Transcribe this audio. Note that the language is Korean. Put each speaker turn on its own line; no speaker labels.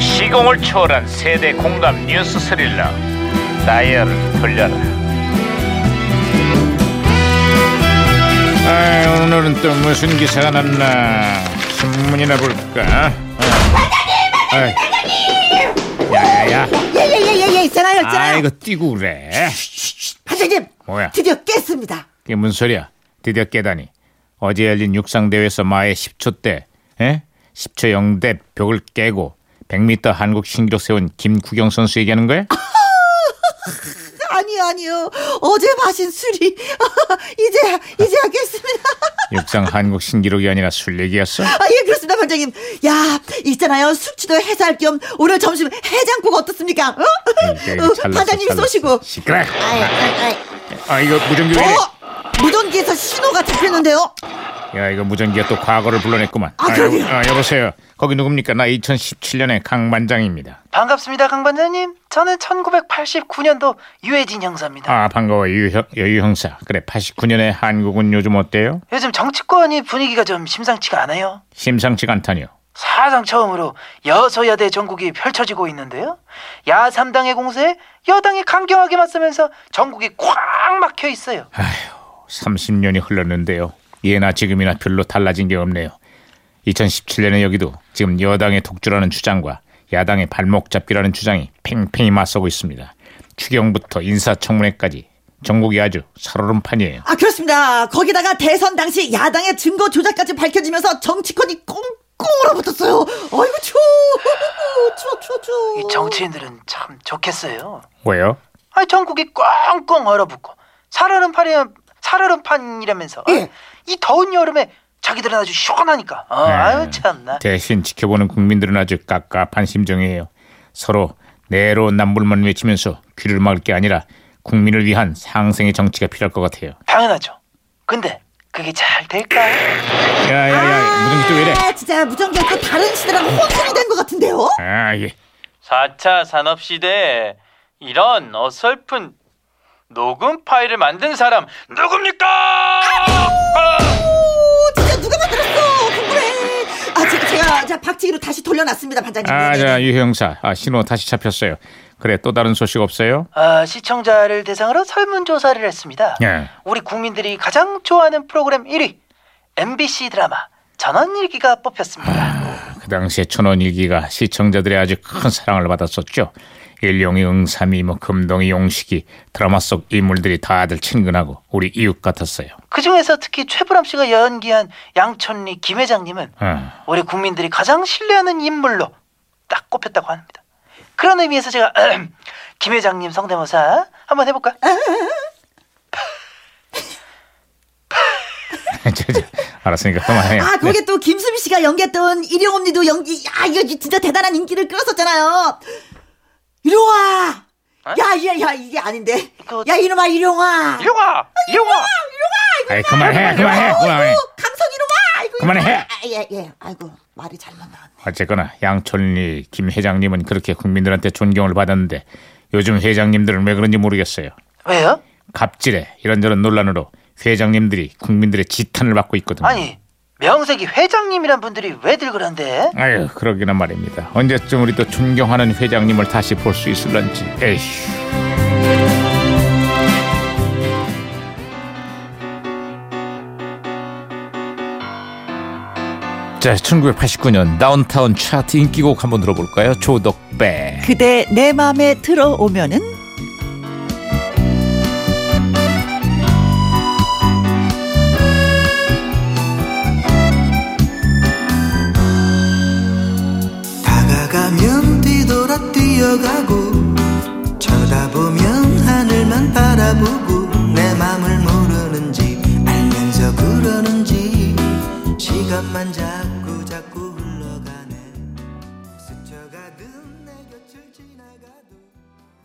시공을 초월한 세대 공감 뉴스 스릴러 다이얼 돌려라 아, 오늘은 또 무슨 기사가 났나 신문이나 볼까 반장님 반장님 야야야
예예예예예 있잖아요
아
있잖아요
이거 뛰고 그래
반장님
뭐야?
드디어 깼습니다
이게 뭔 소리야? 드디어 깨다니. 어제 열린 육상대회에서 마의 10초대, 에? 10초 0대 벽을 깨고 100m 한국 신기록 세운 김구경 선수 얘기하는 거야?
아니요 아니요 어제 마신 술이 이제야 이제야 깼습니다
육상 한국 신기록이 아니라 술 얘기였어?
아 예 그렇습니다 반장님 야 있잖아요 숙취도 해소할 겸 오늘 점심 해장국 어떻습니까 어?
이게
어,
예, 잘났어,
반장님
잘났어.
쏘시고
시끄러.
아이, 아이, 아이.
아 이거 무전기 왜 이래?
어? 무전기에서 신호가 잡혔는데요
야 이거 무전기가 또 과거를 불러냈구만.
아,
여,
그러게요.
아 여보세요. 거기 누굽니까? 나 2017년의 강만장입니다.
반갑습니다, 강 반장님. 저는 1989년도 유해진 형사입니다.
아 반가워 유, 형- 여유 형사. 그래 89년의 한국은 요즘 어때요?
요즘 정치권이 분위기가 좀 심상치가 않아요.
심상치가 않다니요.
사상 처음으로 여소야대 전국이 펼쳐지고 있는데요. 야삼당의 공세에 여당이 강경하게 맞서면서 전국이 꽉 막혀 있어요.
30년이 흘렀는데요. 예나 지금이나 별로 달라진 게 없네요. 2017년에 여기도 지금 여당의 독주라는 주장과 야당의 발목 잡기라는 주장이 팽팽히 맞서고 있습니다. 추경부터 인사청문회까지 전국이 아주 살얼음판이에요.
아 그렇습니다 거기다가 대선 당시 야당의 증거 조작까지 밝혀지면서 정치권이 꽁꽁 얼어붙었어요 아이고 추워 추워 추워 추워
이 정치인들은 참 좋겠어요.
왜요?
아, 전국이 꽁꽁 얼어붙고 살얼음 판이 살얼음 판이라면서 어?
예.
이 더운 여름에 자기들은 아주 시원하니까. 어, 아유
네.
참나.
대신 지켜보는 국민들은 아주 깝깝한 심정이에요. 서로 내로남불만 외치면서 귀를 막을 게 아니라 국민을 위한 상생의 정치가 필요할 것 같아요.
당연하죠. 근데 그게 잘 될까요?
야야야 무슨 게또왜 이래?
아, 진짜 무전기가 또 다른 시대랑 혼선이 된 것 같은데요?
아 예.
4차 산업시대에 이런 어설픈 녹음 파일을 만든 사람 누굽니까?
오, 진짜 누가 만들었어? 궁금해. 아, 제, 제가 자 박치기로 다시 돌려놨습니다, 반장님.
아,
네, 네,
자,
네.
유 형사. 아, 신호 다시 잡혔어요. 그래, 또 다른 소식 없어요?
아, 시청자를 대상으로 설문조사를 했습니다.
예.
우리 국민들이 가장 좋아하는 프로그램 1위 MBC 드라마 전원일기가 뽑혔습니다.
그 당시에 천원일기가 시청자들의 아주 큰 사랑을 받았었죠. 일용이 응삼이 뭐 금동이 용식이 드라마 속 인물들이 다들 친근하고 우리 이웃 같았어요.
그 중에서 특히 최불암 씨가 연기한 양천리 김 회장님은
아,
우리 국민들이 가장 신뢰하는 인물로 딱 꼽혔다고 합니다. 그런 의미에서 제가 김 회장님 성대모사 한번 해볼까요?
저, 저, 알았으니까 그만해요.
아,
네.
거기에 또 김수미 씨가 연기했던 일용언니도 연기, 야, 이거 진짜 대단한 인기를 끌었었잖아요. 일용아! 야, 야, 야, 이게 아닌데.
그거-
야, 이놈아, 일용아!
이용아, 이용아.
아이, 그만해, 어. 그만해, 그만해.
강성 이놈아! 아이고,
그만해.
이놈아. 아, 예, 예. 아이고, 말이 잘못 나왔네.
어쨌거나 양천리 김 회장님은 그렇게 국민들한테 존경을 받았는데 요즘 회장님들은 왜 그런지 모르겠어요.
왜요?
갑질에 이런저런 논란으로 회장님들이 국민들의 지탄을 받고 있거든요.
아니 명색이 회장님이란 분들이 왜들 그런데?
아유 그러기나 말입니다. 언제쯤 우리 또 존경하는 회장님을 다시 볼 수 있을런지. 에휴. 자, 1989년 다운타운 차트 인기곡 한번 들어볼까요? 조덕배.
그대 내 맘에 들어오면은?
다가가면 뒤돌아 뛰어가고 쳐다보면 하늘만 바라보고 내 맘을 모르는지